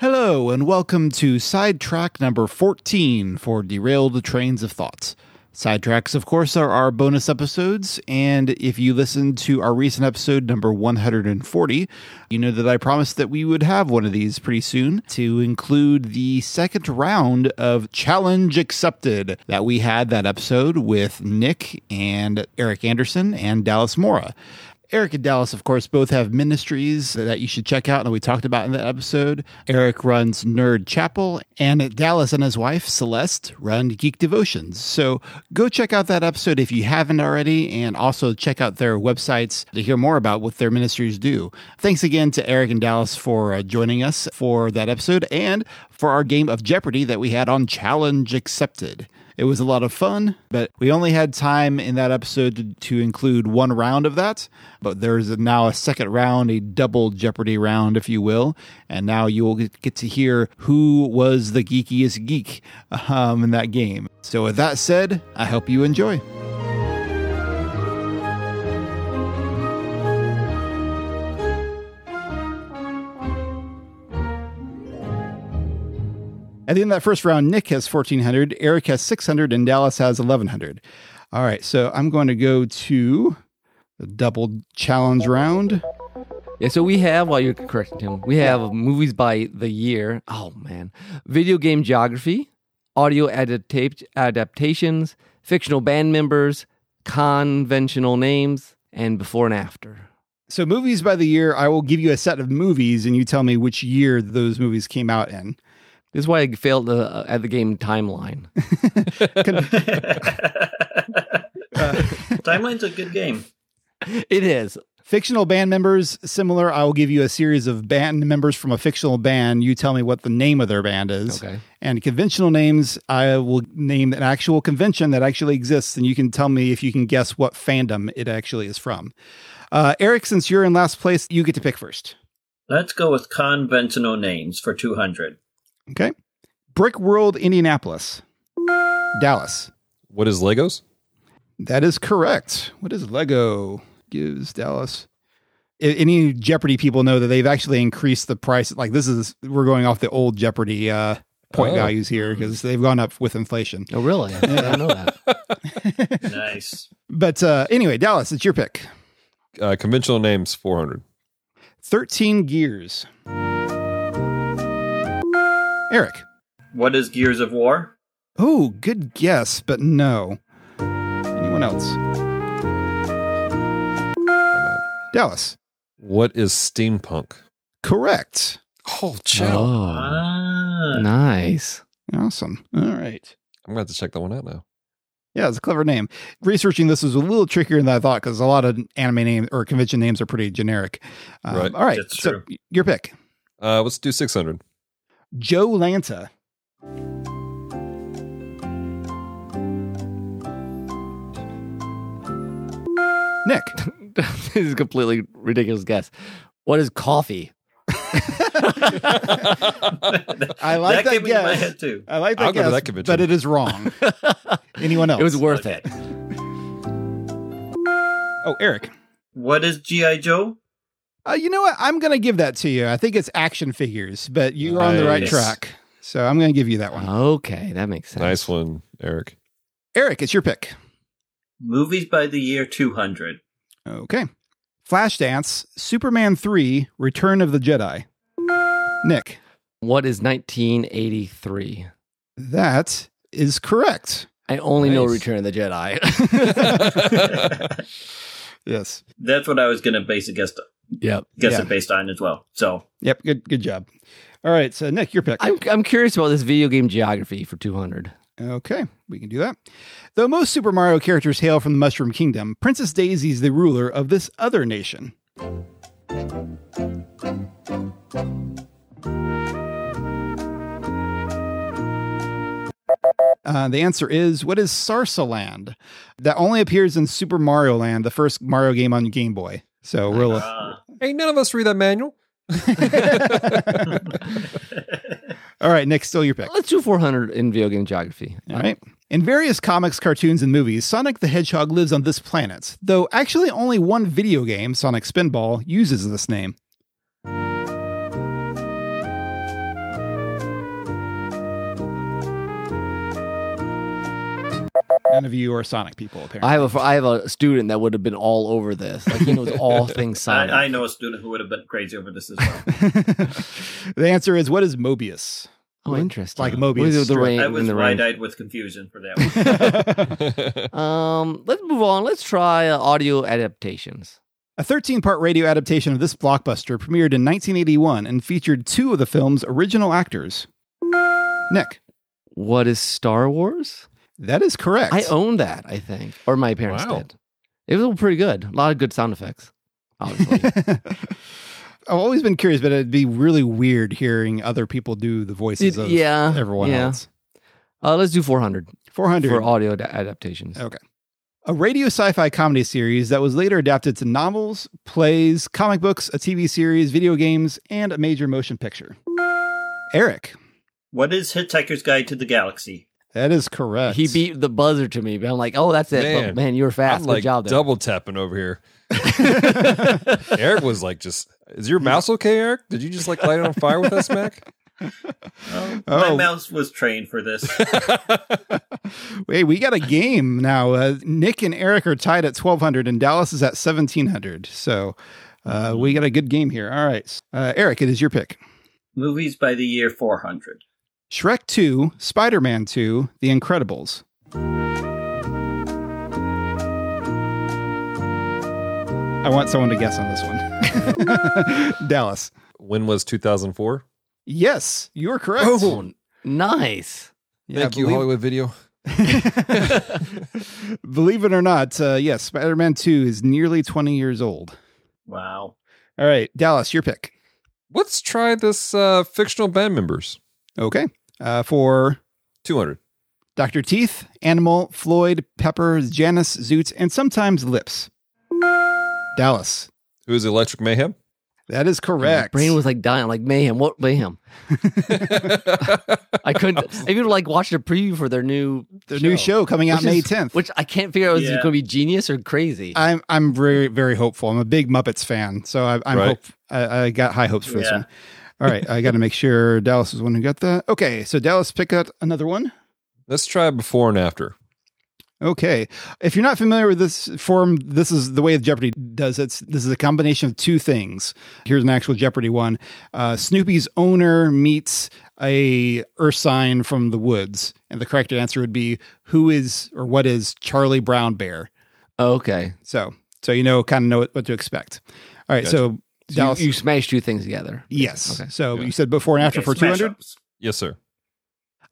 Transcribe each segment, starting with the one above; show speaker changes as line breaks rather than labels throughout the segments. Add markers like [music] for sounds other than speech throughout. Hello, and welcome to sidetrack number 14 for Derailed Trains of Thoughts. Sidetracks, of course, are our bonus episodes, and if you listened to our recent episode, number 140, you know that I promised that we would have one of these pretty soon to include the second round of Challenge Accepted that we had that episode with Nick and Eric Anderson and Dallas Mora. Eric and Dallas, of course, both have ministries that you should check out that we talked about in that episode. Eric runs Nerd Chapel, and Dallas and his wife, Celeste, run Geek Devotions. So go check out that episode if you haven't already, and also check out their websites to hear more about what their ministries do. Thanks again to Eric and Dallas for uh, joining us for that episode and for our game of Jeopardy that we had on Challenge Accepted. It was a lot of fun, but we only had time in that episode to, to include one round of that. But there's a- now a second round, a double Jeopardy round, if you will. And now you will get get to hear who was the geekiest geek um, in that game. So, with that said, I hope you enjoy. At the end of that first round, Nick has 1,400, Eric has 600, and Dallas has 1,100. All right, so I'm going to go to the double challenge round.
Yeah, so we have, while you're correcting him, we have movies by the year. Oh, man. Video game geography, audio adapta- adaptations, fictional band members, conventional names, and before and after.
So, movies by the year, I will give you a set of movies and you tell me which year those movies came out in.
This is why I failed uh, at the game timeline. [laughs]
[laughs] Timeline's a good game.
it is.
Fictional band members, similar. I will give you a series of band members from a fictional band. You tell me what the name of their band is.
Okay.
And conventional names, I will name an actual convention that actually exists, and you can tell me if you can guess what fandom it actually is from. Uh, Eric, since you're in last place, you get to pick first.
Let's go with conventional names for 200.
Okay. Brick World, Indianapolis, Dallas.
What is Legos?
That is correct. What is Lego gives Dallas? I- Any Jeopardy people know that they've actually increased the price. Like this is we're going off the old Jeopardy uh, point
Oh.
values here because they've gone up with inflation.
Oh, really? I don't know [laughs] that.
Nice.
But uh, anyway, Dallas, it's your pick.
Uh, conventional names 400.
Thirteen gears. Eric.
what is Gears of War?
Oh, good guess, but no. Anyone else? Dallas.
What is steampunk?
Correct.
Oh,
Oh,
Ah, [laughs]
nice.
Awesome. All right.
I'm going to have to check that one out now.
Yeah, it's a clever name. Researching this was a little trickier than I thought because a lot of anime names or convention names are pretty generic. Um,
Right.
All right.
That's
so
true.
your pick
Uh, let's do 600.
Joe Lanta. Nick.
[laughs]
[laughs]
this is a completely ridiculous guess. What is coffee?
I like that,
came into my
guess.
head too.
I like that
I'll go to
guess,
that convention.
but it is
[laughs]
wrong. Anyone else?
It was worth it.
oh, Eric.
What is G.I. Joe?
Uh, you know what? I'm going to give that to you. I think it's action figures, but you're on the right
Nice.
track. So I'm going to give you that one.
Okay, that makes sense.
Nice one,
[laughs]
Eric. [laughs]
Eric, it's your pick.
Movies by the year
[laughs]
200.
Okay. Flashdance, Superman 3, Return of the Jedi. Nick,
What is 1983?
that is correct.
I only know
Nice.
Return of the Jedi.
[laughs]
[laughs]
Yes.
That's what I was going to base a guess,
yep.
guess
Yeah.
it based on as well. So
Yep, good good job. All right, so Nick, your pick.
I'm, I'm curious about this video game geography for 200.
okay, we can do that. Though most Super Mario characters hail from the Mushroom Kingdom, Princess Daisy is the ruler of this other nation. Uh, the answer is what is Sarsaland? That only appears in Super Mario Land, the first Mario game on Game Boy. So we'll.
ah,
Ain't none of us read
[laughs]
that manual.
All right, Nick, still your pick.
Let's do 400 in video game geography.
All right. In various comics, cartoons, and movies, Sonic the Hedgehog lives on this planet, though actually only one video game, Sonic Spinball, uses this name. none of you are Sonic people, apparently.
I have a fr- I have a student that would have been all over this. Like he knows all things Sonic.
I, I know a student who would have been crazy over this
[laughs]
as well.
the answer is what is Mobius? [laughs]
oh, interesting.
like Mobius
With the
strip.
rain,
I
in
was
the rain.
wide eyed with confusion for that
[laughs]
one.
All
Um, let's move on. Let's try uh, audio adaptations.
A 13 part radio adaptation of this blockbuster premiered in 1981 and featured two of the film's original actors. Nick,
What is Star Wars?
that is correct.
I
[laughs]
own that, I think, or my parents
Wow.
did. It was pretty good. A lot of good sound effects.
[laughs]
Obviously,
I've always been curious, but it'd be really weird hearing other people do the voices
It-
of
[laughs] yeah,
everyone
yeah.
else.
uh, let's do 400
400.
for audio ad- adaptations.
Okay. a radio sci fi comedy series that was later adapted to novels, plays, comic books, a TV series, video games, and a major motion picture. Eric,
what is Hitchhiker's Guide to the Galaxy?
that is correct.
He beat the buzzer to me, but I'm like, oh, that's it. Man,
Man.
man you were fast.
I'm
Good
like
job there.
double tapping over
[laughs]
here. Eric was like, "Just is your mouse okay, Eric? Did you just like light it on fire with that smack?"
Oh.
My mouse was trained for this.
Hey, we got a game now. Uh, Nick and Eric are tied at 1,200, and Dallas is at 1,700. So uh, we got a good game here. All right. Uh, Eric, it is your pick
Movies by the year 400.
Shrek 2, Spider Man 2, The Incredibles. I want someone to guess on this one. Dallas.
When was 2004?
Yes, you are correct.
Oh, nice.
Yeah,
Thank you,
believe-
Hollywood Video.
[laughs] Believe it or not, uh, yes, Spider Man 2 is nearly 20 years old.
Wow.
All right, Dallas, your pick.
Let's try this uh, fictional band members.
Okay. Uh, for
200.
Dr. Teeth, Animal, Floyd, Pepper, Janice, Zoots, and sometimes Lips. Dallas.
It was Electric Mayhem. [laughs]
That is
My
correct.
brain was like dying, like mayhem. What mayhem? I
[laughs]
couldn't I even like watched a preview for their new
the new show coming out
Which
May
is-
10th.
which I can't figure out is it
Yeah.
going to be genius or crazy.
I'm I'm very very hopeful. I'm a big Muppets fan, so I, I'm
Right.
hope I, I got high hopes for this
Yeah.
one. All right, I got to make sure Dallas is the one who got that. Okay, so Dallas pick up another one.
Let's try before and after.
Okay. If you're not familiar with this form, this is the way Jeopardy does it. This is a combination of two things. Here's an actual Jeopardy one. Uh, Snoopy's owner meets a ursine from the woods, and the correct answer would be who is or what is Charlie Brown Bear.
okay.
So, so you know, kind of know what, what to expect. All right. So,
So
Dallas,
you, you smash two things together.
yes.
Okay.
So
Yeah.
you said before and after
Okay,
for
smash
200.
ups.
Yes, sir.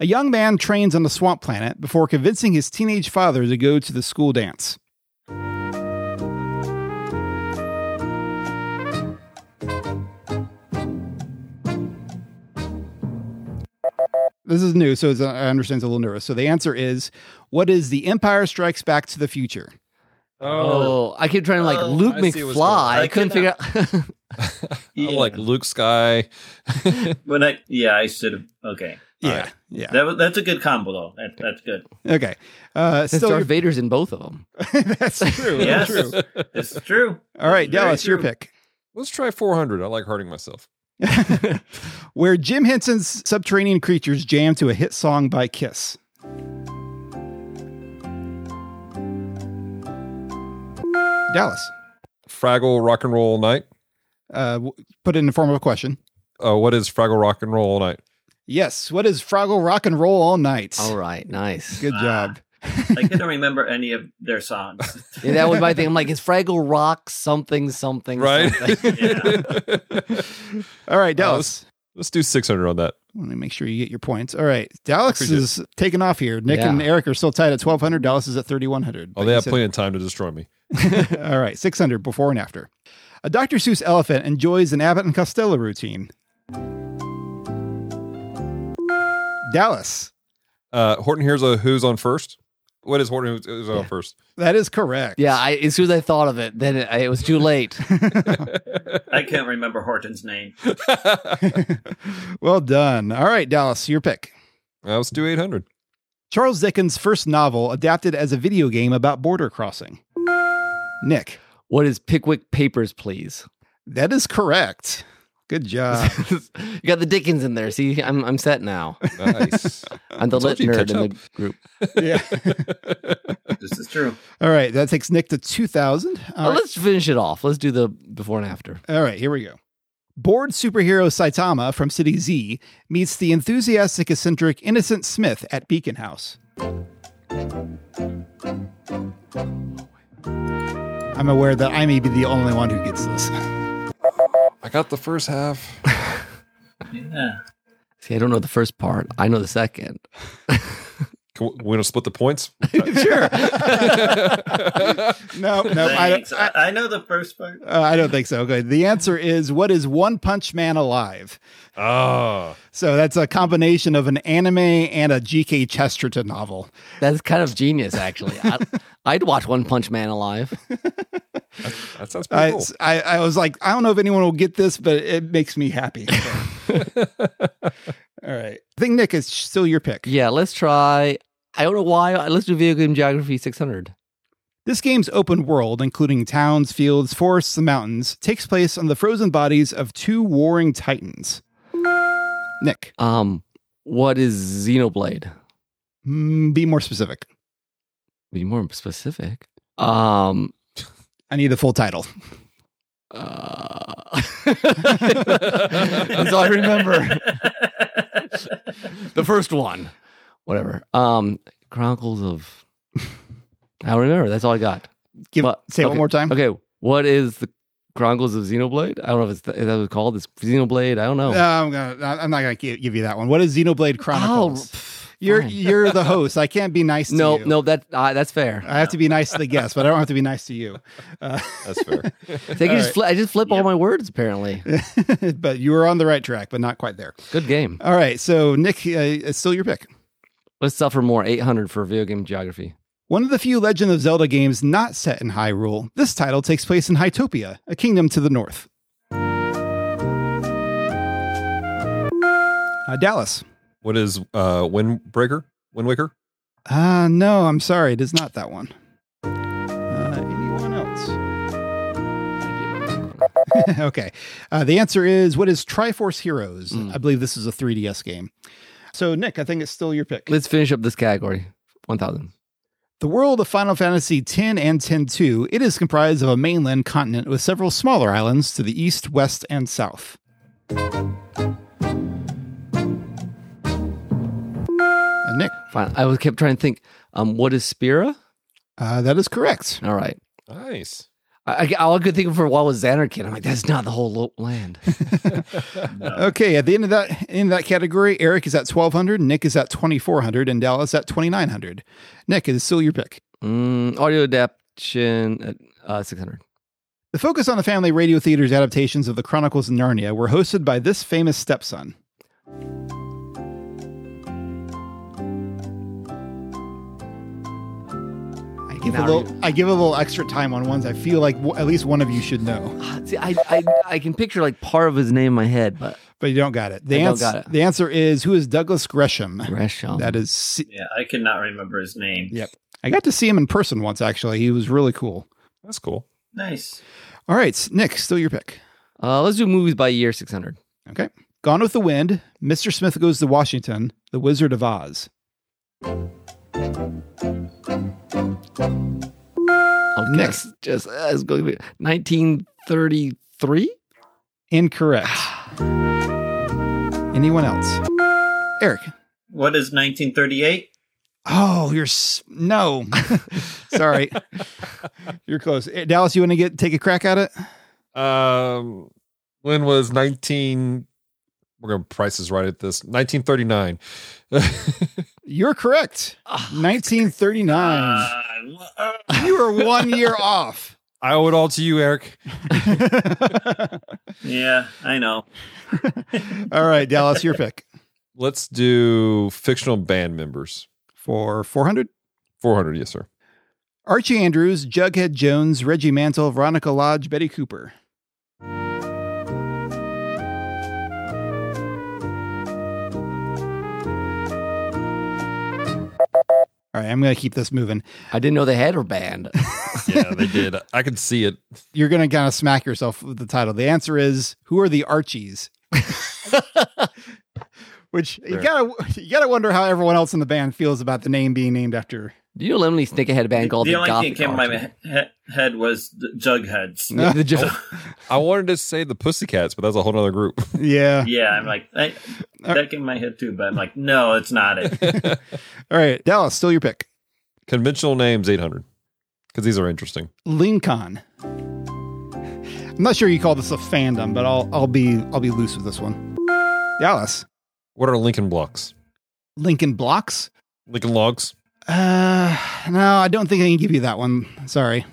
A young man trains on the swamp planet before convincing his teenage father to go to the school dance. This is new, so it's, uh, I understand it's a little nervous. So the answer is what is The Empire Strikes Back to the Future?
Oh, I keep trying to like
Oh,
Luke
I see what's
McFly.
going on.
I couldn't figure out. [laughs]
I
Yeah.
like Luke Sky.
When I, yeah, I should have. Okay.
Yeah. Yeah.
That, was- that's a good combo, though. That,
[laughs]
that's good.
Okay. Uh,
Since
still,
Darth
your-
Vader's in both of
[laughs]
them.
that's
[laughs]
true.
Yes.
That's true.
This is true.
All right,
Very
Dallas, your
true.
pick.
Let's try 400. I like hurting myself.
[laughs] Where Jim Henson's subterranean creatures jam to a hit song by Kiss. Dallas,
Fraggle Rock and Roll Night.
uh, w- put it in the form of a question.
Uh, what is Fraggle Rock and Roll Night?
Yes, what is Froggle Rock and Roll All Night?
All right, nice.
Good job.
I couldn't remember any of their songs.
Yeah, that was my thing. I'm like, it's Fraggle Rock something something.
Right?
something.
All right, Dallas.
[laughs] Let's do 600 on that.
Let me make sure you get your points. All right, Dallas
Appreciate it.
is taking off here. Nick and
Yeah.
Eric are still tied at 1,200. Dallas is at 3,100.
Oh,
But
they
you
have
said-
plenty of time to destroy me.
[laughs] All right, 600 before and after. A Dr. Seuss elephant enjoys an Abbott and Costello routine. Dallas.
Uh, Horton here's a who's on first. What is Horton who's, who's on
Yeah.
first? [laughs]
That is correct.
Yeah,
[laughs]
I, as soon as I thought of it, then it, it was too
[laughs]
late.
I can't remember Horton's name.
well done. All right, Dallas, your pick.
Uh, let's do 800.
Charles Dickens' first novel adapted as a video game about border crossing. Nick.
What is Pickwick Papers, please?
That is correct. Good
Uh.
job.
[laughs]
[laughs]
you got the Dickens in there. See, I'm I'm set now.
[laughs] Nice.
I'm the lit
Told you,
nerd
catch
in
up.
the group.
yeah.
This is true.
All right. That takes Nick to 2000. All
Uh,
right.
Let's finish it off. Let's do the before and after.
All right, here we go. Bored superhero Saitama from City Z meets the enthusiastic, eccentric, innocent Smith at Beacon House. I'm aware that I may be the only one who gets this. [laughs]
I got the first half.
Yeah.
See, I don't know the first part. I know the second.
Can we, we're gonna split the points.
No, no, I don't,
Thanks. I, I know the first part.
uh, I don't think so. Okay, the answer is what is One Punch Man alive?
Ah,
So that's a combination of an anime and a G.K. Chesterton novel.
That's kind of genius, actually.
[laughs]
I, I'd watch One Punch Man alive.
that sounds pretty
I,
cool.
I, I was like, I don't know if anyone will get this, but it makes me
[laughs]
happy. All right. I think Nick is still your pick.
Yeah, let's try. I don't know why. Let's do video game geography 600.
This game's open world, including towns, fields, forests, and mountains, takes place on the frozen bodies of two warring titans. Nick,
Um, what is Xenoblade?
mm, be more specific.
Be more specific. Um,
I need the full title.
uh... [laughs] that's all I remember. The first one, whatever. Um, Chronicles of. I don't remember. That's all I got.
Give,
But-
say it one more time.
Okay, what is the Chronicles of Xenoblade? I don't know if, it's if that was called. It's Xenoblade. I don't know.
No, Uh, I'm, gonna, I'm not going to give you that one. What is Xenoblade Chronicles?
Oh, pff,
you're
fine.
you're
[laughs]
the host. I can't be nice to
no,
you.
no. That uh, that's fair.
I have to be nice to the guest, but I don't have to be nice to you. [laughs]
That's fair.
I think I just fli I just flip all my words. Apparently,
but you were on the right track, but not quite there.
good game.
All right, so Nick, uh, it's still your pick.
Let's suffer more. Eight hundred for video game geography.
One of the few Legend of Zelda games not set in Hyrule, this title takes place in Hytopia, a kingdom to the north. Uh, Dallas.
What is uh, Windbreaker? Windwaker?
Ah, no, I'm sorry, it is not that one. Uh, anyone else? [laughs] okay, uh, the answer is what is Triforce Heroes? I believe this is a 3DS game. So, Nick, I think it's still your pick.
Let's finish up this category. One thousand.
The world of Final Fantasy X and X-2, it is comprised of a mainland continent with several smaller islands to the east, west, and south. Uh, And Nick,
Fine. I was kept trying to think. Um, what is Spira?
uh, that is correct.
All right.
Nice.
I, I, all I could think of for a while was Xanarkin. I'm like, that's not the whole lo- land.
Okay, at the end of that end of that category, Eric is at 1200, Nick is at 2400, and Dallas at 2900. Nick it is still your pick.
Mm, audio adaptation at uh, 600.
The focus on the family radio theater's adaptations of the Chronicles of Narnia were hosted by this famous stepson. I give, a
Now
little, I give a little extra time on ones I feel like w- at least one of you should know,
Ah, See, I, I, I can picture like part of his name in my head, but
but you don't got it. The,
I don't
ans-
got it. Oh.
the answer is who is Douglas Gresham?
Gresham.
That is. C-
Yeah, I cannot remember his name.
yep. I got to see him in person once, actually. He was really cool.
That's cool.
Nice.
All right, Nick, still your pick.
Uh, let's do movies by year 600.
Okay. Gone with the Wind, Mr. Smith Goes to Washington, The Wizard of Oz.
Oh,
Next.
next, just uh, it's going to be 1933.
[sighs] Incorrect. Anyone else? Eric.
What is 1938?
Oh, you're s- no. [laughs] Sorry, you're close. Eh, Dallas, you want to get take a crack at it?
Um, when was 19? We're going to price is right at this. [laughs] 1939.
You're correct.
Ah.
1939.
Uh, uh,
You were one [laughs] year off.
I owe it all to you, Eric.
yeah, I know.
All right, Dallas, your pick
Let's do fictional band members.
for 400.
400, yes, sir.
Archie Andrews, Jughead Jones, Reggie Mantle, Veronica Lodge, Betty Cooper. All right, I'm going to keep this moving.
I didn't know they had her banned.
yeah, they did. I could see it.
You're going to kind of smack yourself with the title. The answer is Who Are the Archies? [laughs] Which you
Fair.
gotta you gotta wonder how everyone else in the band feels about the name being named after.
Do you know Lemony Snicket had a band called
the
the
only thing
Gothic
that came to my
Archers?
he- head was the Jugheads.
my- [laughs]
The Jo-
I wanted to say the Pussycats, but that's a whole other group. [laughs]
Yeah.
Yeah, I'm like, I, that came to my head too, but I'm like, no, it's not it.
All right, Dallas, still your pick.
Conventional names 800 because these are interesting.
Lincoln. I'm not sure you call this a fandom, but I'll I'll be I'll be loose with this one. Dallas.
What are Lincoln blocks?
Lincoln blocks?
Lincoln logs.
Uh no, I don't think I can give you that one. Sorry.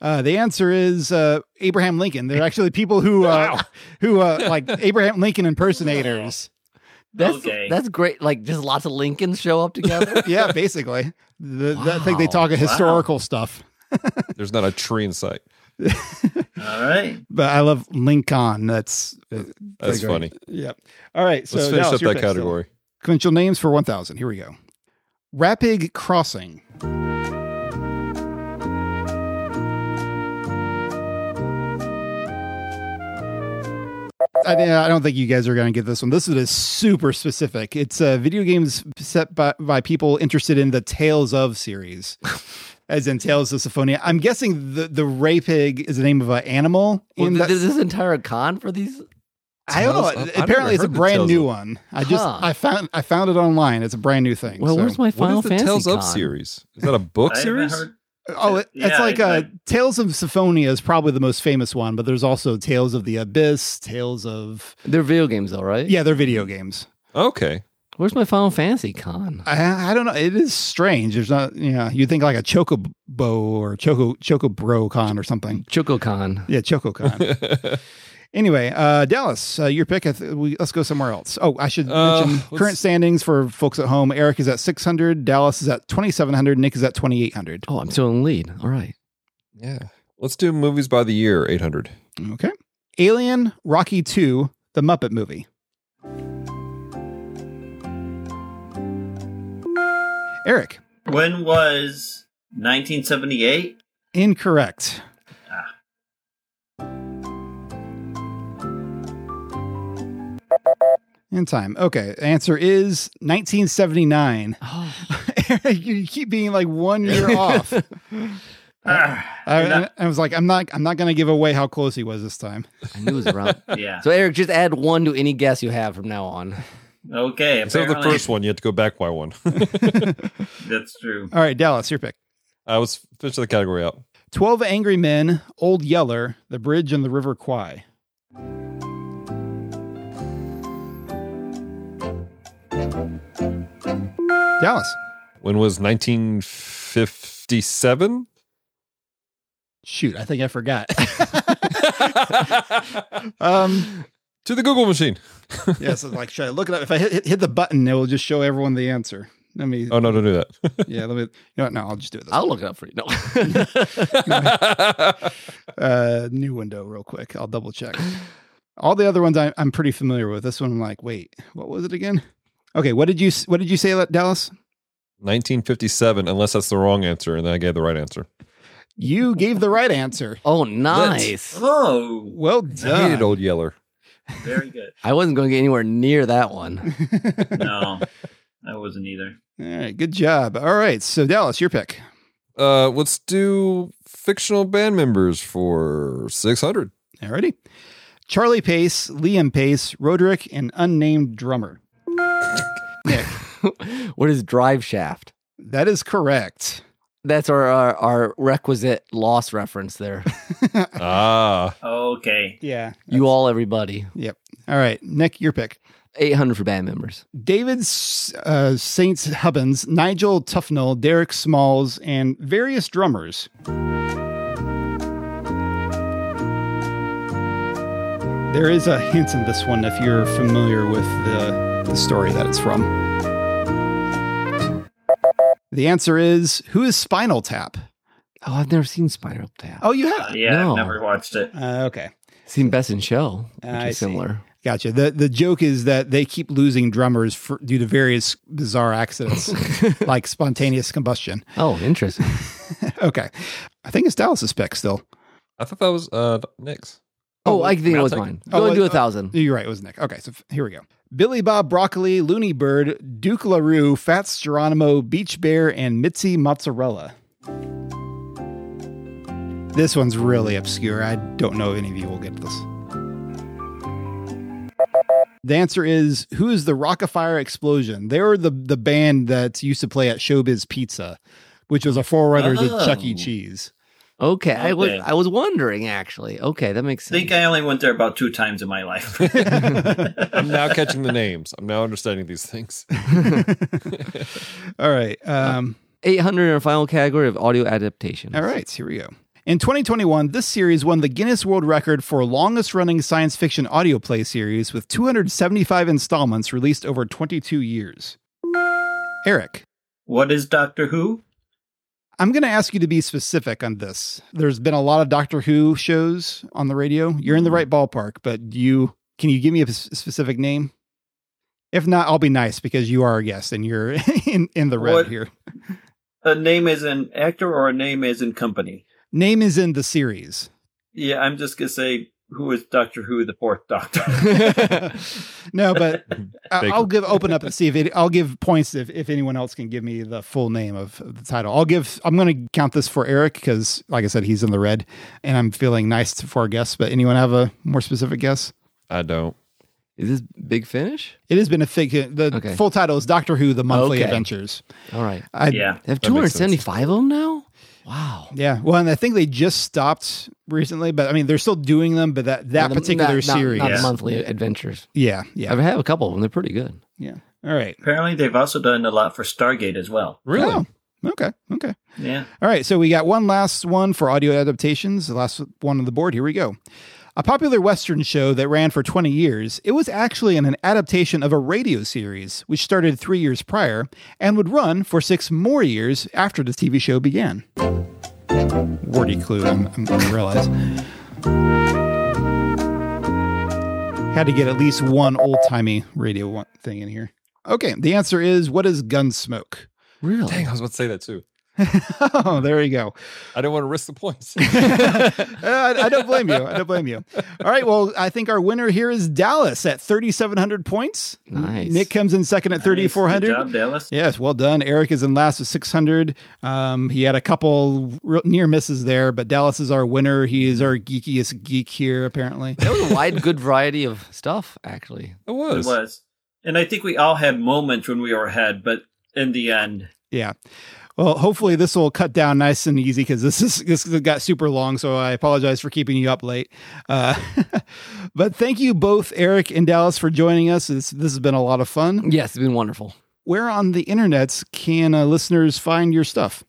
Uh, the answer is uh, Abraham Lincoln. They're actually people who uh, [laughs] who uh, like Abraham Lincoln impersonators.
That's
Okay.
that's great. Like just lots of Lincolns show up [laughs] together.
Yeah, basically. The, I think they
Wow.
talk of historical stuff.
There's not a tree in sight.
All right.
But I love Lincoln. That's uh,
That's
Great.
funny.
Yep. All right. So
Let's finish
Dallas,
up
your
that
pick still.
category.
Conventional names for 1,000. Here we go. Rapid Crossing. I, I don't think you guys are going to get this one. This one is super specific. It's uh, video games set by, by people interested in the Tales of
[laughs]
series, as in Tales of Symphonia. I'm guessing the, the Ray Pig is the name of an animal.
Well,
in
th-
that-
is this entire con for these?
I don't
Tales of-
know.
I've never
Apparently, it's a
heard the
brand
Tales
new
of-
one. I just
Huh.
I found I found it online. It's a brand new thing.
Well,
so-
where's my Final
what is the
Fantasy
Tales
con?
of series? Is that a book
[laughs] I haven't
series?
heard-
oh, it, it's
Yeah,
like
I-
uh,
I-
Tales of Symphonia is probably the most famous one, but there's also Tales of the Abyss, Tales of
They're video games, though, right?
yeah, they're video games.
Okay.
Where's my Final Fantasy con?
I I don't know. It is strange. There's not you know you'd think like a Chocobo or Choco Chocobro Con or something.
Choco con.
Yeah, ChocoCon. anyway, uh, Dallas, uh, your pick. I th- we, let's go somewhere else. Oh, I should
Uh,
mention
let's-
current standings for folks at home. Eric is at 600. Dallas is at 2,700. Nick is at 2,800.
Oh, I'm still in the lead. All right.
[laughs] yeah. Let's do movies by the year 800.
Okay. Alien, Rocky 2, The Muppet Movie. Eric,
When was 1978?
incorrect. In time. Okay. Answer is 1979.
Oh.
Eric, [laughs] you keep being like one year [laughs] off.
Ah,
I,
You're not-
I was like, I'm not, I'm not going to give away how close he was this time.
I knew it was around.
Ah,
[laughs]
yeah.
so, Eric, just add one to any guess you have from now on.
Okay.
Instead of the
Apparently,
first one, you have to go back by one. [laughs]
that's true.
All right, Dallas, your pick.
I was finishing the category out.
Twelve Angry Men, Old Yeller, The Bridge and the River Kwai. Dallas,
When was 1957?
shoot, I think I forgot.
[laughs] to
[laughs] um,
the Google machine.
yes, like should I look it up? If I hit, hit, hit the button, it will just show everyone the answer. Let me,
Oh, no, don't do
yeah, let me. You know what? No, I'll just do it. This
I'll look it up for you. No.
that. [laughs]
uh, new window real quick. I'll double check. All the other ones I, I'm pretty familiar with. This one, I'm like, wait, what was it again? Okay, what did you what did you say, Dallas?
1957, unless that's the wrong answer, and then I gave the right answer.
You gave the right answer.
[laughs] oh, nice.
Oh,
Well
I hated
done.
Old Yeller.
very good.
I wasn't going to get anywhere near that one. [laughs]
No, I wasn't
[laughs]
either.
All right, good job. All right, so Dallas, your pick.
Uh, let's do fictional band members for 600. [laughs]
Alrighty. Charlie Pace, Liam Pace, Roderick, and unnamed drummer. Nick,
what is Drive Shaft?
that is correct.
That's our, our, our requisite loss reference [laughs] there.
Ah,
Okay.
Yeah.
you all, everybody.
All right, Nick, your pick.
800 for band members.
David S- uh, Saint Hubbins, Nigel Tufnell, Derek Smalls, and various drummers. There is a hint in this one if you're familiar with the, the story that it's from. The answer is Who is Spinal Tap?
Oh, I've never seen Spiral Tap.
Oh, you have.
Yeah,
No.
I've never watched it.
Uh, okay.
Seen Best in Show, which
I
is
see. [laughs]
similar. [laughs]
Gotcha. The the joke is that they keep losing drummers for, due to various bizarre
[laughs]
accidents, like spontaneous combustion.
Oh, interesting.
[laughs] Okay, I think it's Dallas' spec still.
I thought that was uh Nick's.
Oh, I think it
I'll
was
take
mine.
Oh,
Go and
well,
do a
uh,
thousand.
You're right. It was Nick. Okay, so f- here we go. Billy Bob Broccoli, Looney Bird, Duke LaRue, Fats Geronimo, Beach Bear, and Mitzi Mozzarella. This one's really obscure. I don't know if any of you will get this. The answer is who is the Rockafire Explosion? They were the, the band that used to play at Showbiz Pizza, which was a forerunner to Chuck E.
Oh.
Cheese.
Okay, I was
Okay.
I was wondering actually. Okay, that makes
I think
sense.
I only went there about two times in my life. [laughs]
I'm now catching the names. I'm now understanding these things.
All right. Um,
Eight hundred in our final category of audio adaptation.
All right, here we go. In 2021, this series won the Guinness World Record for longest running science fiction audio play series with 275 installments released over 22 years. Eric,
what is Doctor Who?
I'm going to ask you to be specific on this. There's been a lot of Doctor Who shows on the radio. You're in the right ballpark, but do you can you give me a s- specific name? If not, I'll be nice because you are a guest and you're [laughs] in in the red
What-
here.
A name as an actor or a name as in company?
Name is in the series.
Yeah, I'm just gonna say who is Doctor Who, the fourth Doctor.
[laughs] No, but I-
Baker.
I'll give open up and see if it, I'll give points if, if anyone else can give me the full name of, of the title. I'll give. I'm going to count this for Eric because, like I said, he's in the red, and I'm feeling nice to- for our guess. But anyone have a more specific guess?
I don't.
Is this Big Finish?
It has been a fig. The
Okay.
full title is Doctor Who: The Monthly
Okay.
Adventures.
All right.
I,
yeah,
They have
That
two hundred
makes sense.
seventy-five of them now. Wow.
yeah. Well, and I think they just stopped recently, but I mean they're still doing them. But that that
Not-
particular
not- not-
series,
not,
Yeah.
monthly adventures.
yeah, yeah,
I've had a couple of them. They're pretty good.
yeah. All right.
apparently they've also done a lot for Stargate as well.
Oh, okay. Okay.
Yeah,
All right, so we got one last one for audio adaptations, the last one on the board. Here we go. A popular Western show that ran for 20 years, it was actually an adaptation of a radio series, which started three years prior and would run for six more years after the TV show began. Wordy clue, I'm, I'm going to realize. Had to get at least one old timey radio one thing in here. Okay, the answer is what is Gunsmoke? [laughs]
Really?
Dang, I was about to say that too.
Oh, there you go.
I didn't want to risk the [laughs] points.
Uh, [laughs] I, I don't blame you. I don't blame you. All right. Well, I think our winner here is Dallas at 3,700 points.
Nice.
Nick comes in second at
Good
3,400.
job, Dallas.
Yes, well done. Eric is in last with 600. Um, he had a couple real near misses there, but Dallas is our winner. He is our geekiest geek here, apparently.
That was a wide, good variety of stuff, actually.
It
It
was.
was, and I think we all had moments when we were ahead, but in the end,
Yeah. Well, hopefully this will cut down nice and easy because this is this got super long. So I apologize for keeping you up late. Uh, [laughs] but thank you both, Eric and Dallas, for joining us. This, this has been a lot of fun.
Yes, it's been wonderful.
Where on the internets can uh, listeners find your stuff?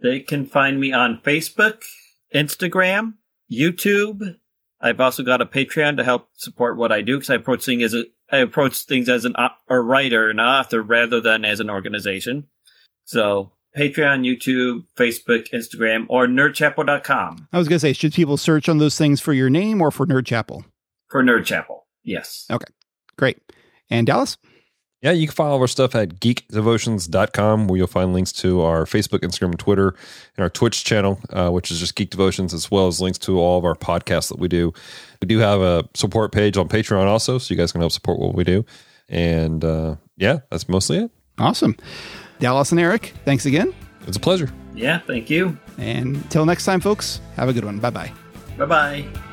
They can find me on Facebook, Instagram, YouTube. I've also got a Patreon to help support what I do because I approach things as a I approach things as an au- a writer and author rather than as an organization. So Patreon, YouTube, Facebook, Instagram, or nerdchapel.com
I was gonna say, should people search on those things for your name or for Nerd Chapel?
for Nerd Chapel. Yes.
Great. And Dallas,
Yeah, you can find all of our stuff at geekdevotions.com, where you'll find links to our Facebook, Instagram, and Twitter, and our Twitch channel, uh, which is just Geek Devotions, as well as links to all of our podcasts that we do. We do have a support page on Patreon also, so you guys can help support what we do. And uh, yeah, that's mostly it.
awesome. Dallas and Eric, thanks again.
It's a pleasure.
Yeah. Thank you.
And until next time, folks, have a good one. Bye bye.
Bye bye.